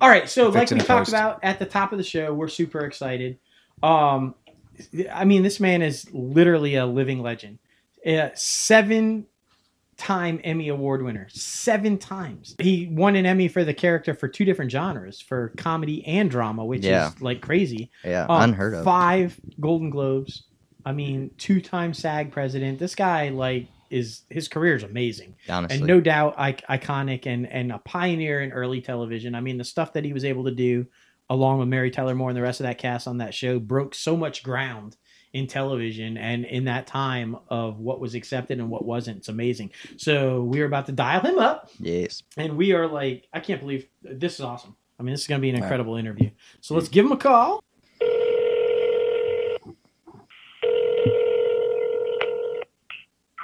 All right, so If like it's in we a talked post. about at the top of the show, we're super excited. Um, I mean, this man is literally a living legend. Uh, seven time Emmy Award winner, seven times. He won an Emmy for the character for two different genres, for comedy and drama, which Yeah. is like crazy. Yeah, Um, unheard of. Five Golden Globes. I mean, two time SAG president. This guy, like, is his career is amazing honestly, and no doubt I- iconic and and a pioneer in early television. I mean, the stuff that he was able to do, along with Mary Tyler Moore and the rest of that cast on that show, broke so much ground in television and in that time of what was accepted and what wasn't. It's amazing. So we are about to dial him up, yes, and we are like, I can't believe this is awesome. I mean, this is going to be an Wow. incredible interview. So let's give him a call.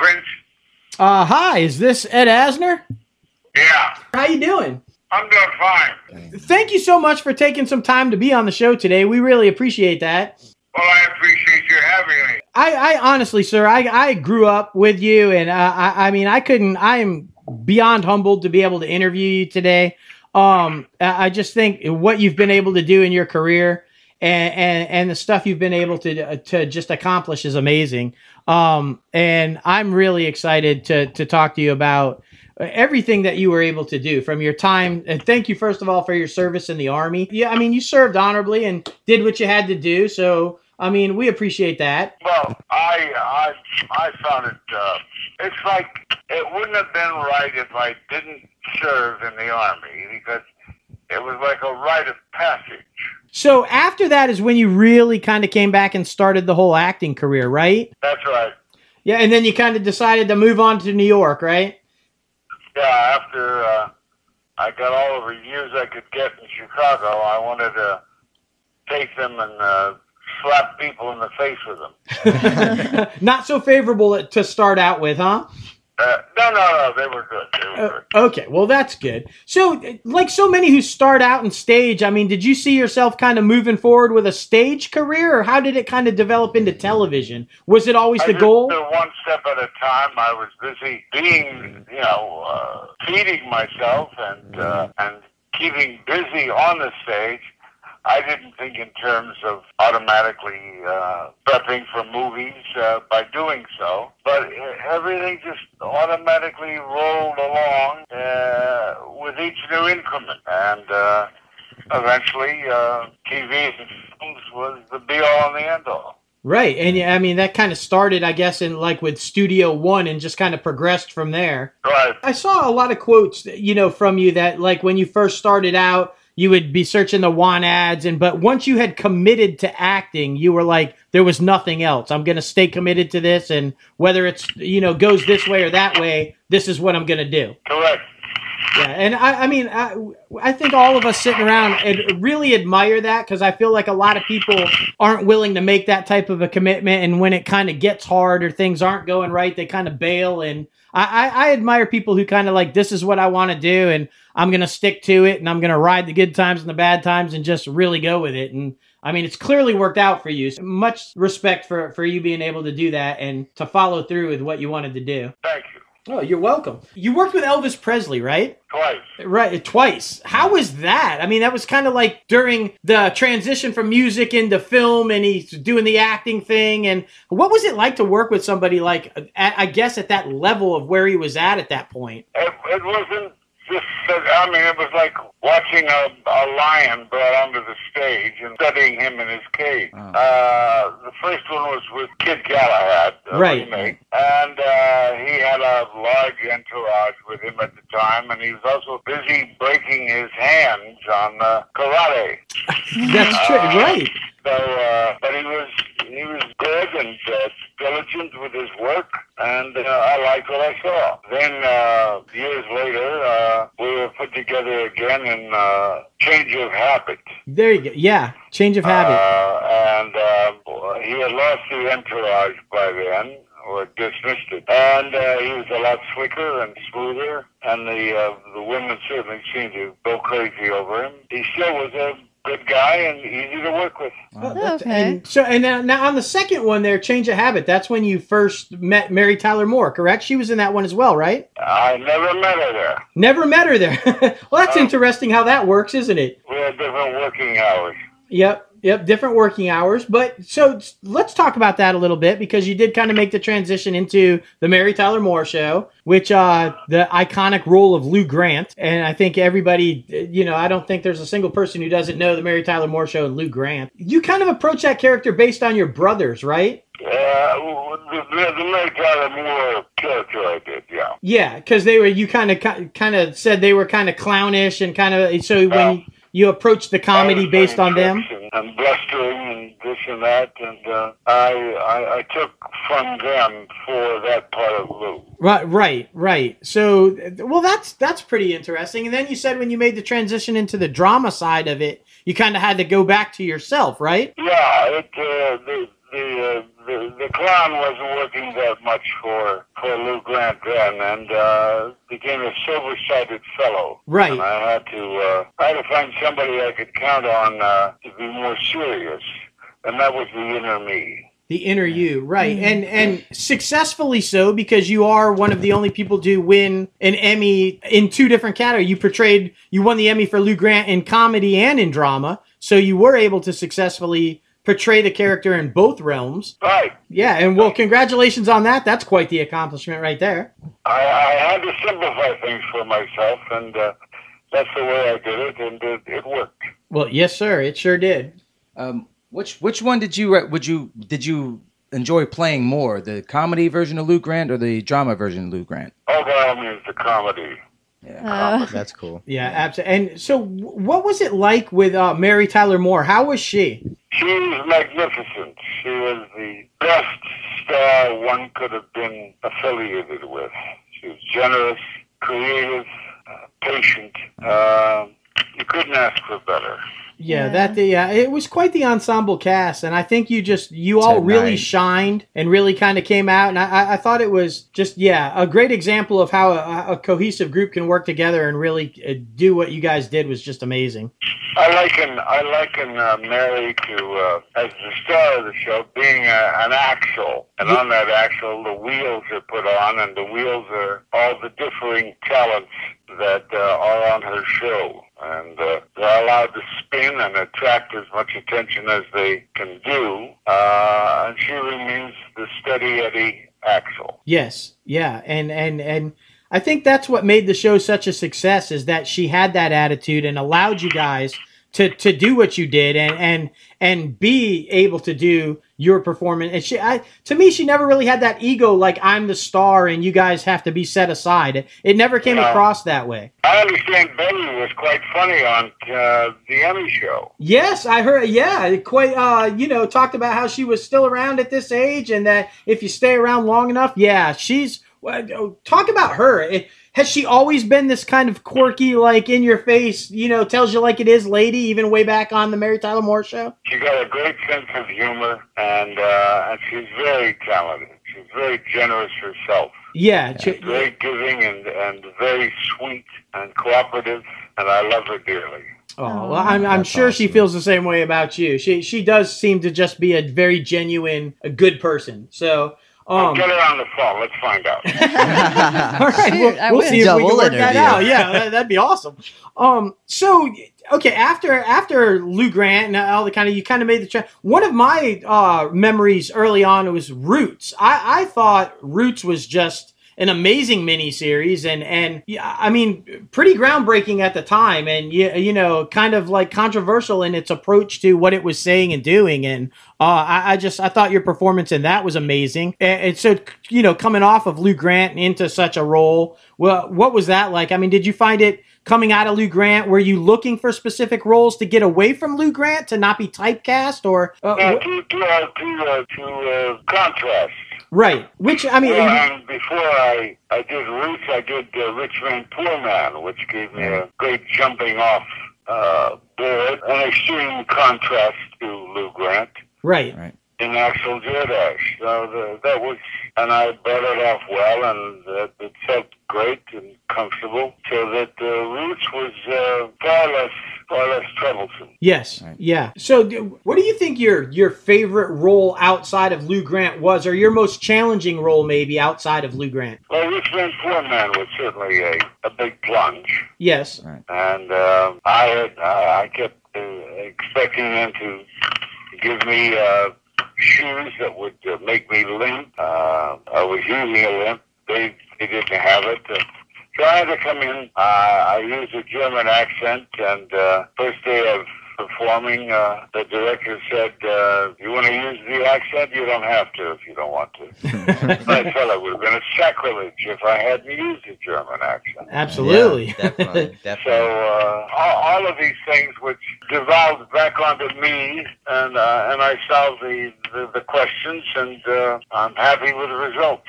Grinch. Uh, hi, is this Ed Asner? Yeah, How you doing? I'm doing fine. Thank you so much for taking some time to be on the show today. We really appreciate that. Well, I appreciate you having me. I, I honestly, sir, I, I grew up with you, and uh, I, I mean, I couldn't. I am beyond humbled to be able to interview you today. Um, I I just think what you've been able to do in your career and and, and the stuff you've been able to uh, to just accomplish is amazing. Um, and I'm really excited to to talk to you about everything that you were able to do from your time and thank you first of all for your service in the army yeah i mean you served honorably and did what you had to do so i mean we appreciate that Well, I I I found it. Uh, it's like it wouldn't have been right if I didn't serve in the army because it was like a rite of passage. So after that is when you really kind of came back and started the whole acting career, right? That's right. Yeah, and then you kind of decided to move on to New York, right? Yeah. After uh, I got all the reviews I could get in Chicago, I wanted to take them and uh, slap people in the face with them. Not so favorable to start out with, huh? Uh, no, no, no. They were good. They were Uh, good. okay, well that's good. So uh, like so many who start out in stage, I mean, did you see yourself kind of moving forward with a stage career or how did it kind of develop into television? Was it always I the just goal? did one step at a time. I was busy being, you know, uh, feeding myself and uh, and keeping busy on the stage. I didn't think in terms of automatically uh, prepping for movies uh, by doing so, but uh, everything just automatically rolled along uh, with each new increment, and uh, eventually uh, TV and films was the be all and the end all. Right. And yeah, I mean that kind of started I guess in like with Studio 1 and just kind of progressed from there. Right. I saw a lot of quotes, you know, from you that like when you first started out, you would be searching the want ads, and but once you had committed to acting, you were like, there was nothing else. I'm gonna stay committed to this, and whether it's you know goes this way or that way, this is what I'm gonna do. Correct. Yeah, and I, I mean, I, I think all of us sitting around and really admire that because I feel like a lot of people aren't willing to make that type of a commitment, and when it kind of gets hard or things aren't going right, they kind of bail. And I, I, I admire people who kind of like, this is what I want to do, and I'm gonna stick to it, and I'm gonna ride the good times and the bad times, and just really go with it. And I mean, it's clearly worked out for you. So much respect for for you being able to do that and to follow through with what you wanted to do. Thank you. Oh, you're welcome. You worked with Elvis Presley, right? Twice. Right, twice. How was that? I mean, that was kind of like during the transition from music into film, and he's doing the acting thing. And what was it like to work with somebody like, at, I guess, at that level of where he was at at that point? It, it wasn't just, that, I mean, it was like watching a, a lion brought onto the stage and studying him in his cage. Wow. Uh, the first one was with Kid Galahad, a Right. remake, and uh, he had a large entourage with him at the time, and he was also busy breaking his hands on uh, karate. That's true, right? So, uh, but he was he was good and uh, diligent with his work, and uh, I liked what I saw. Then uh, years later, uh, we were put together again in uh, Change of Habit, There you go. Yeah, change of habit. uh, and uh, he had lost the entourage by then. Or dismissed it, and uh, he was a lot slicker and smoother, and the uh, the women certainly seemed to go crazy over him. He still was a good guy and easy to work with. That's- Oh, okay. and so, and now, now on the second one, there, change of habit. That's when you first met Mary Tyler Moore, correct? She was in that one as well, right? I never met her there. Never met her there. well, that's Oh. interesting how that works, isn't it? We yeah, different working hours. Yep, yep, different working hours. But so let's talk about that a little bit because you did kind of make the transition into the Mary Tyler Moore show, which uh the iconic role of Lou Grant, and I think everybody, you know, I don't think there's a single person who doesn't know the Mary Tyler Moore show and Lou Grant. You kind of approach that character based on your brothers, right? Uh, the, the, the Mary Tyler Moore character I did, yeah. Yeah, because they were you kind of kind of said they were kind of clownish and kind of so when. Yeah. You approach the comedy I was based on them. doing tricks And, and blustering and this and that, and uh, I, I I took from them for that part of Lou. Right, right, right. So, well, that's that's pretty interesting. And then you said when you made the transition into the drama side of it, you kind of had to go back to yourself, right? Yeah, it, uh, the the, uh, the the clown wasn't working that much for for Lou Grant then, and uh, became a sober-sided fellow. And Right, I had to uh, I had to find somebody I could count on uh, to be more serious, and that was the inner me. the inner you, right, and and successfully so because you are one of the only people to win an Emmy in two different categories. You portrayed, you won the Emmy for Lou Grant in comedy and in drama, so you were able to successfully portray the character in both realms. Right. Yeah, and well, congratulations on that. That's quite the accomplishment right there. I, I had to simplify things for myself, and uh, that's the way I did it, and it, it worked. Well, yes, sir. It sure did. Um, which which one did you re- would you did you enjoy playing more, the comedy version of Lou Grant or the drama version of Lou Grant? Oh, by all means, the comedy. Uh, That's cool. Yeah, absolutely. And so, wh- what was it like with uh, Mary Tyler Moore? How was she? She was magnificent. She was the best star one could have been affiliated with. She was generous, creative, uh, patient. Um you couldn't ask for better. Yeah, Yeah. that the yeah, it was quite the ensemble cast, and I think you just you all really Tonight. shined and really kind of came out, and I, I- I thought it was just yeah a great example of how a, a cohesive group can work together and really uh, do what you guys did was just amazing. I liken I liken uh, Mary to uh, as the star of the show being a, an axle, and on that axle the wheels are put on, and the wheels are all the differing talents that uh, are on her show, and uh, they're allowed to spin and attract as much attention as they can do, uh, and she remains the steady Eddie axle. Yes, yeah, and and and I think that's what made the show such a success is that she had that attitude and allowed you guys to to do what you did and and and be able to do your performance. And she, I, to me, she never really had that ego like I'm the star and you guys have to be set aside. It, it never came No. across that way. I understand Betty was quite funny on uh, the Emmy show. Yes, I heard. Yeah, it quite. Uh, you know, talked about how she was still around at this age, and that if you stay around long enough, yeah, she's. well, oh, Talk about her. It, has she always been this kind of quirky, like in your face, you know, tells you like it is, lady? Even way back on the Mary Tyler Moore show. She got a great sense of humor, and uh, and she's very talented. She's very generous herself, Yeah, she- very giving, and and very sweet and cooperative. And I love her dearly. Oh, well, I'm, I'm That's sure she awesome. feels the same way about you. She she does seem to just be a very genuine, a good person. So, I'll um, get her on the phone. Let's find out. Uh, All right, Shoot, we'll, I we'll will. see if we Double can work that interview. out. Yeah, that, that'd be awesome. Um, so okay, after after Lou Grant and all the kind of you kind of made the tra- one of my uh, memories early on was Roots. I, I thought Roots was just an amazing miniseries and and yeah, I mean pretty groundbreaking at the time and you, you know kind of like controversial in its approach to what it was saying and doing and uh, I, I just I thought your performance in that was amazing and, and so you know coming off of Lou Grant and into such a role well what was that like I mean did you find it coming out of Lou Grant were you looking for specific roles to get away from Lou Grant to not be typecast or uh, Now, wh- to to uh, to, uh, to uh, contrast. right which I mean Well, and before I I did Roots, I did uh, Rich Man Poor Man, which gave me a great jumping off uh, board, an extreme contrast to Lou Grant. right in actual DoorDash. So the, that was, and I brought it off well, and uh, it felt great and comfortable. So that uh, Roots was uh, far less, far less troublesome. Yes. Right. Yeah. So, do, what do you think your your favorite role outside of Lou Grant was, or your most challenging role maybe outside of Lou Grant? Well, Rich Man Poor Man was certainly a, a big plunge, Yes. and um I had, I I kept expecting them to give me uh, shoes that would uh, make me limp. Uh, I was using a limp. They, they didn't have it. Uh, so I had to come in. Uh, I used a German accent, and uh, first day of performing, uh, the director said, uh, "You want to use the accent? You don't have to if you don't want to." I felt it would have been a sacrilege if I hadn't used a German accent. Absolutely. Yeah, definitely. So Definitely. uh, all, all of these things which devolved back onto me, and uh, and I solved the, the, the questions, and uh, I'm happy with the result.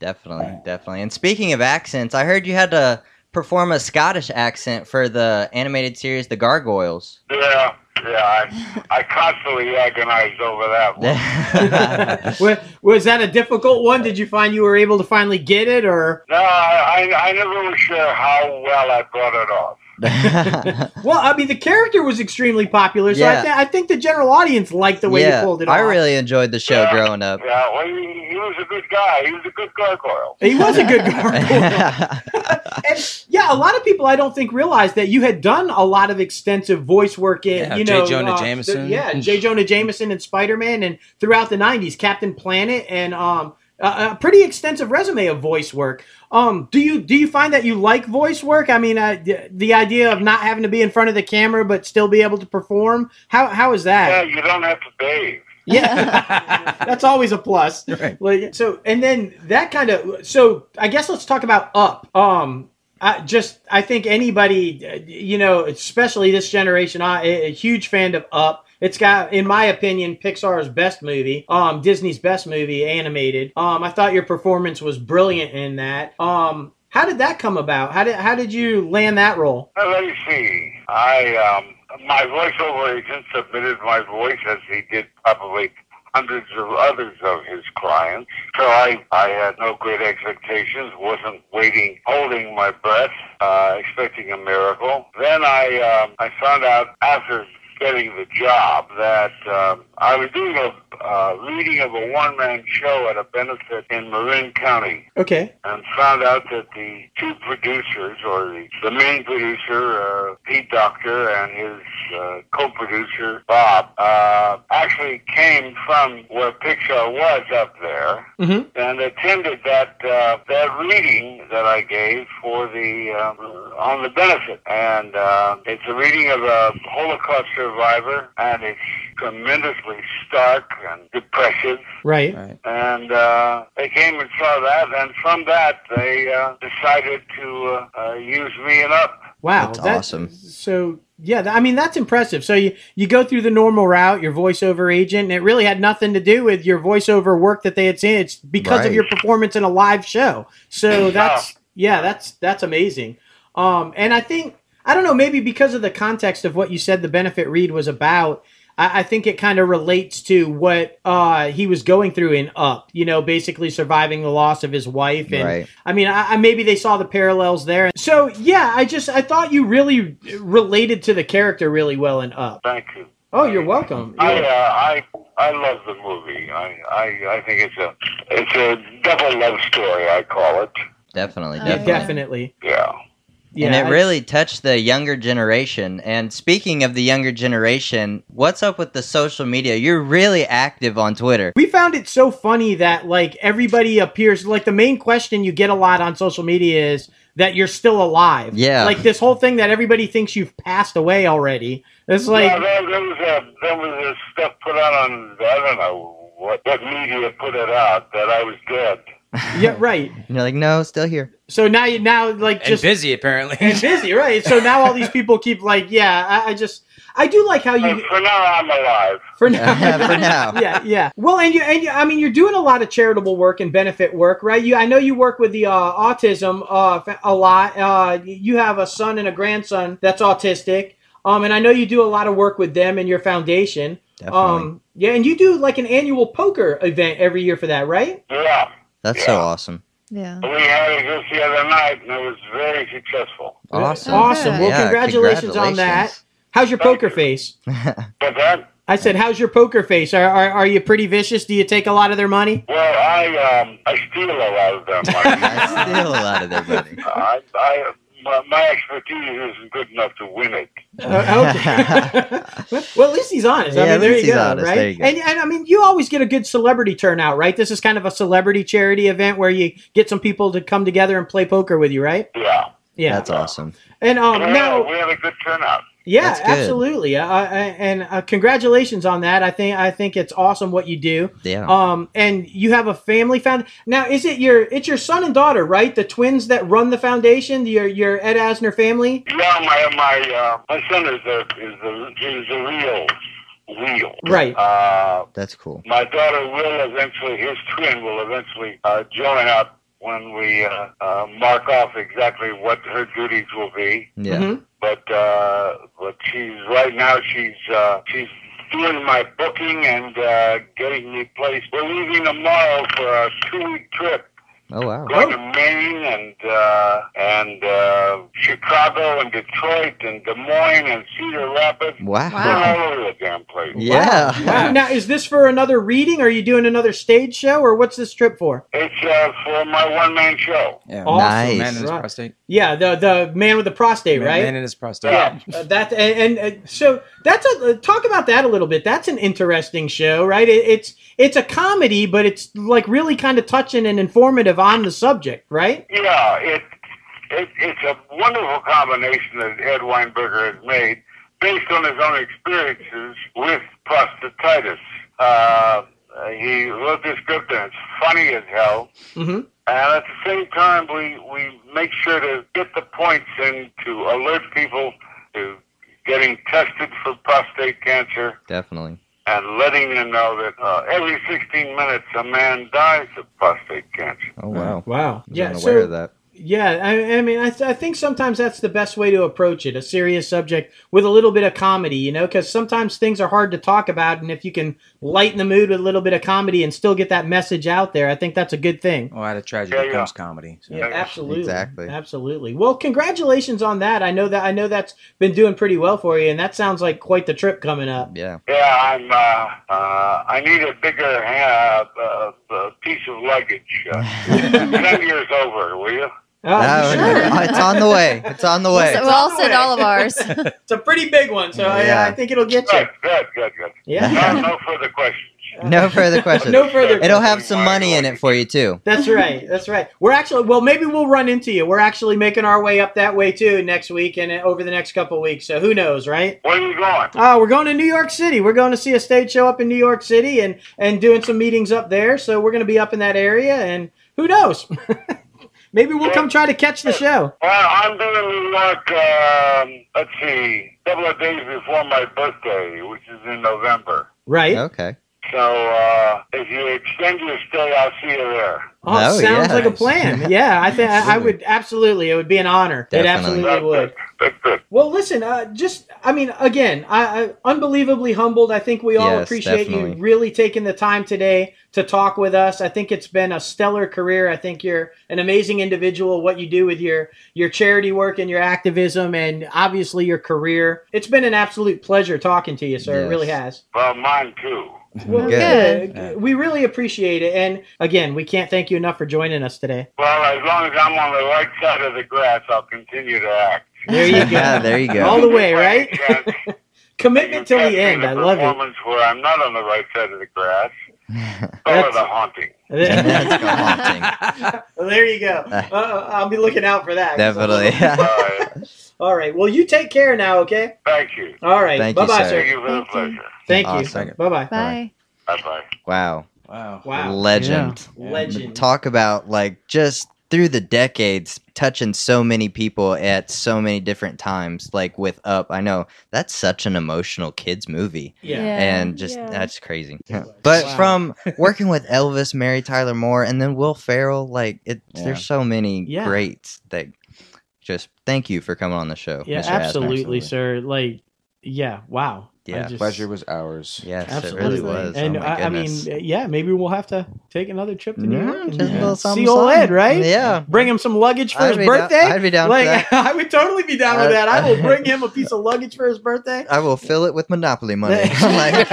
Definitely, definitely. And speaking of accents, I heard you had to perform a Scottish accent for the animated series The Gargoyles. Yeah, yeah, I, I constantly agonized over that one. yeah, Wa- was that a difficult one? Did you find you were able to finally get it, or No, I, I, I never was sure how well I brought it off. well, I mean, the character was extremely popular, so I, Yeah. th- I think the general audience liked the way you pulled it off. I really enjoyed the show growing up. Yeah, well, he, he was a good guy. He was a good gargoyle. he was a good gargoyle. and yeah, a lot of people I don't think realize that you had done a lot of extensive voice work in, Yeah, you J. know, Jonah uh, the- Jameson. yeah, J. Jonah Jameson and Spider Man, and throughout the '90s, Captain Planet, and um, a, a pretty extensive resume of voice work. Um, do you do you find that you like voice work? I mean, uh, the- the idea of not having to be in front of the camera but still be able to perform. How how is Yeah, that? you don't have to bathe. Yeah, that's always a plus. Right. Like, so and then that kind of so I guess let's talk about up. Um, I just I think anybody uh, you know, especially this generation, I a a huge fan of Up. It's got, in my opinion, Pixar's best movie, um, Disney's best movie, animated. Um, I thought your performance was brilliant in that. Um, how did that come about? How did how did you land that role? Well, let me see. I um, my voiceover agent submitted my voice as he did probably hundreds of others of his clients. So I, I had no great expectations. wasn't waiting, holding my breath, uh, expecting a miracle. Then I um, I found out after getting the job that um, I was doing a uh, reading of a one man show at a benefit in Marin County Okay. and found out that the two producers, or the, the main producer, uh, Pete Doctor, and his uh, co-producer, Bob, uh, actually came from where Pixar was up there Mhm. and attended that uh, that reading that I gave for the um, on the benefit. And uh, it's a reading of a Holocaust survivor, and it's tremendously stark and depressive. Right. right. And uh, they came and saw that, and from that they uh, decided to uh, uh, use me and up. Wow, That's awesome. So yeah, th- I mean that's impressive. So you you go through the normal route, your voiceover agent, and it really had nothing to do with your voiceover work that they had seen. It's because of Right. your performance in a live show. So that's yeah, that's that's amazing. Um, and I think I don't know, maybe because of the context of what you said, the benefit read was about. I, I think it kind of relates to what uh, he was going through in Up. You know, basically surviving the loss of his wife and Right. I mean, I, I maybe they saw the parallels there. So yeah, I just I thought you really related to the character really well in Up. Thank you. Oh, you're welcome. I uh, I I love the movie. I, I I think it's a it's a double love story. I call it. Definitely, Yeah, definitely. Definitely. Yeah. Uh, Yeah, and it I- really touched the younger generation. And speaking of the younger generation, what's up with the social media? You're really active on Twitter. we found it so funny that like everybody appears like the main question you get a lot on social media is that you're still alive. Yeah. Like this whole thing that everybody thinks you've passed away already. It's like yeah, there, there was a there was a stuff put out on I don't know what what media put it out that I was dead. yeah, right. And you're like, no, still here. So now you now like and just busy apparently. and busy, right? So now all these people keep like, yeah, I, I just I do like how But you for now, I'm alive. for For now. yeah, yeah. Well, and you and you, I mean, you're doing a lot of charitable work and benefit work, right? You, I know you work with the uh, autism uh, fa- a lot. Uh, you have a son and a grandson that's autistic, um, and I know you do a lot of work with them and your foundation. Definitely. Um, yeah, and you do like an annual poker event every year for that, right? Yeah, That's so yeah. awesome. Yeah. we had it just the other night, and it was very successful. Awesome. awesome. Well, Yeah, congratulations, on that. How's your Thank poker you. face? But that I said, how's your poker face? Are, are are you pretty vicious? Do you take a lot of their money? Well, I um, I steal a lot of them. I, I steal a lot of their money. I, I my, my expertise isn't good enough to win it. Uh, okay. well, at least he's honest. I Yeah, mean, at there least you, he's go, honest. right? There you go. And, and I mean, you always get a good celebrity turnout, right? This is kind of a celebrity charity event where you get some people to come together and play poker with you, right? Yeah. Yeah. That's awesome. and um, yeah, now, we had a good turnout. yeah, That's good. absolutely. Uh, uh, and uh, congratulations on that. I think I think it's awesome what you do. Yeah. Um, and you have a family found now. Is it your? It's your son and daughter, right? The twins that run the foundation. Your your Ed Asner family, Yeah, my my uh, my son is a is a is a real wheel. right? Uh, That's cool. my daughter will eventually, his twin will eventually uh, join up when we uh, uh, mark off exactly what her duties will be. Yeah. Mhm. But uh, but she's right now she's uh, she's doing my booking and uh, getting me placed. We're leaving tomorrow for a two week trip mm-hmm. Oh wow. going to Maine and uh, and uh, Chicago and Detroit and Des Moines and Cedar Rapids. Wow. We're all over the damn place. Yeah. Wow. Now, is this for another reading? Are you doing another stage show, or what's this trip for? It's uh, for my one man show. Yeah. Awesome. Nice. Man in his Right. prostate. Yeah, the the man with the prostate, Man, right? man in his prostate. yeah, uh, that and, and uh, so that's a uh, talk about that a little bit. That's an interesting show, right? It, it's it's a comedy, but it's like really kind of touching and informative on the subject, right? Yeah, it, it it's a wonderful combination that Ed Weinberger has made based on his own experiences with prostatitis. Uh, he wrote this script and it's funny as hell. hmm And at the same time, we, we make sure to get the points in to alert people to getting tested for prostate cancer Definitely. and letting them know that uh, every 16 minutes a man dies of prostate cancer. Oh wow. Wow. I Yeah. was so- unaware of that. Yeah, I, I mean, I, th- I think sometimes that's the best way to approach it—a serious subject with a little bit of comedy, you know, because sometimes things are hard to talk about, and if you can lighten the mood with a little bit of comedy and still get that message out there, I think that's a good thing. Oh, out of tragedy Yeah, yeah. comes comedy. So. Yeah, absolutely, Exactly. absolutely. Well, congratulations on that. I know that I know that's been doing pretty well for you, and that sounds like quite the trip coming up. Yeah. Yeah, I'm. Uh, uh, I need a bigger uh, uh, uh, piece of luggage. Uh, Ten years over, will you? Uh, No, no, no, Oh, it's on the way. It's on the way. It's We'll all on send the all of ours. It's a pretty big one, so Yeah. I, I think it'll get you. Good, good, good, good. Yeah, No, no further questions. No further questions. no further. It'll have some money in it for you too. That's right. That's right. We're actually well, maybe we'll run into you. We're actually making our way up that way too next week and uh, over the next couple weeks. So who knows, right? Where are you going? Oh, we're going to New York City. We're going to see a stage show up in New York City and and doing some meetings up there. So we're going to be up in that area, and who knows? maybe we'll come try to catch the show. Well, I'm doing New York, um, let's see, a couple of days before my birthday, which is in November. Right? Okay. So uh, if you extend your stay, I'll see you there. Oh, Oh, sounds yeah. like a plan. Yeah, I think I I would absolutely. It would be an honor. It Definitely. absolutely would. That's good. Well, listen, uh, just, I mean, again, I, I unbelievably humbled. I think we all Yes, appreciate you definitely. really taking the time today to talk with us. I think it's been a stellar career. I think you're an amazing individual, what you do with your, your charity work and your activism and obviously your career. It's been an absolute pleasure talking to you, sir. It Yes. really has. Well, mine too. Well, Good. yeah, we really appreciate it. And again, we can't thank you enough for joining us today. Well, as long as I'm on the right side of the grass, I'll continue to act. There you Yeah, go. there you All go. the way, right? Chance, Commitment till the end. I love it. Performance where I'm not on the right side of the grass. Or the haunting. That's the haunting. Well, there you go. Uh, I'll be looking out for that. Definitely. All right. All right. Well, you take care now, okay? Thank you. All right. Thank bye you, bye, sir. Thank you for the Thank you. pleasure. Thank Awesome. you. Bye bye. Bye. Bye bye. Wow. Wow. Wow. Legend. Yeah. Legend. Um, Talk about like just through the decades touching so many people at so many different times like with up i know that's such an emotional kids movie Yeah. and just yeah. that's crazy It was. but Wow. from working with elvis mary tyler moore and then will ferrell like it, Yeah. there's so many Yeah. greats that just thank you for coming on the show Yeah, Mr. Asner. absolutely, sir. Like, yeah, wow. Yeah, Pleasure was ours. yes Absolutely. it really was And oh my I, I mean, goodness. yeah, maybe we'll have to take another trip to New Yeah, York. and uh, just a little something, See old Ed, something. right? yeah Bring him some luggage for I'd his be down- birthday. i'd be down for like, that I would totally be down with I'd- that. I will bring him a piece of luggage for his birthday. I will fill it with Monopoly money. like,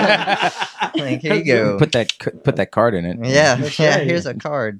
like, here you go. Put that put that card in it. yeah, That's yeah. right. Here's a card.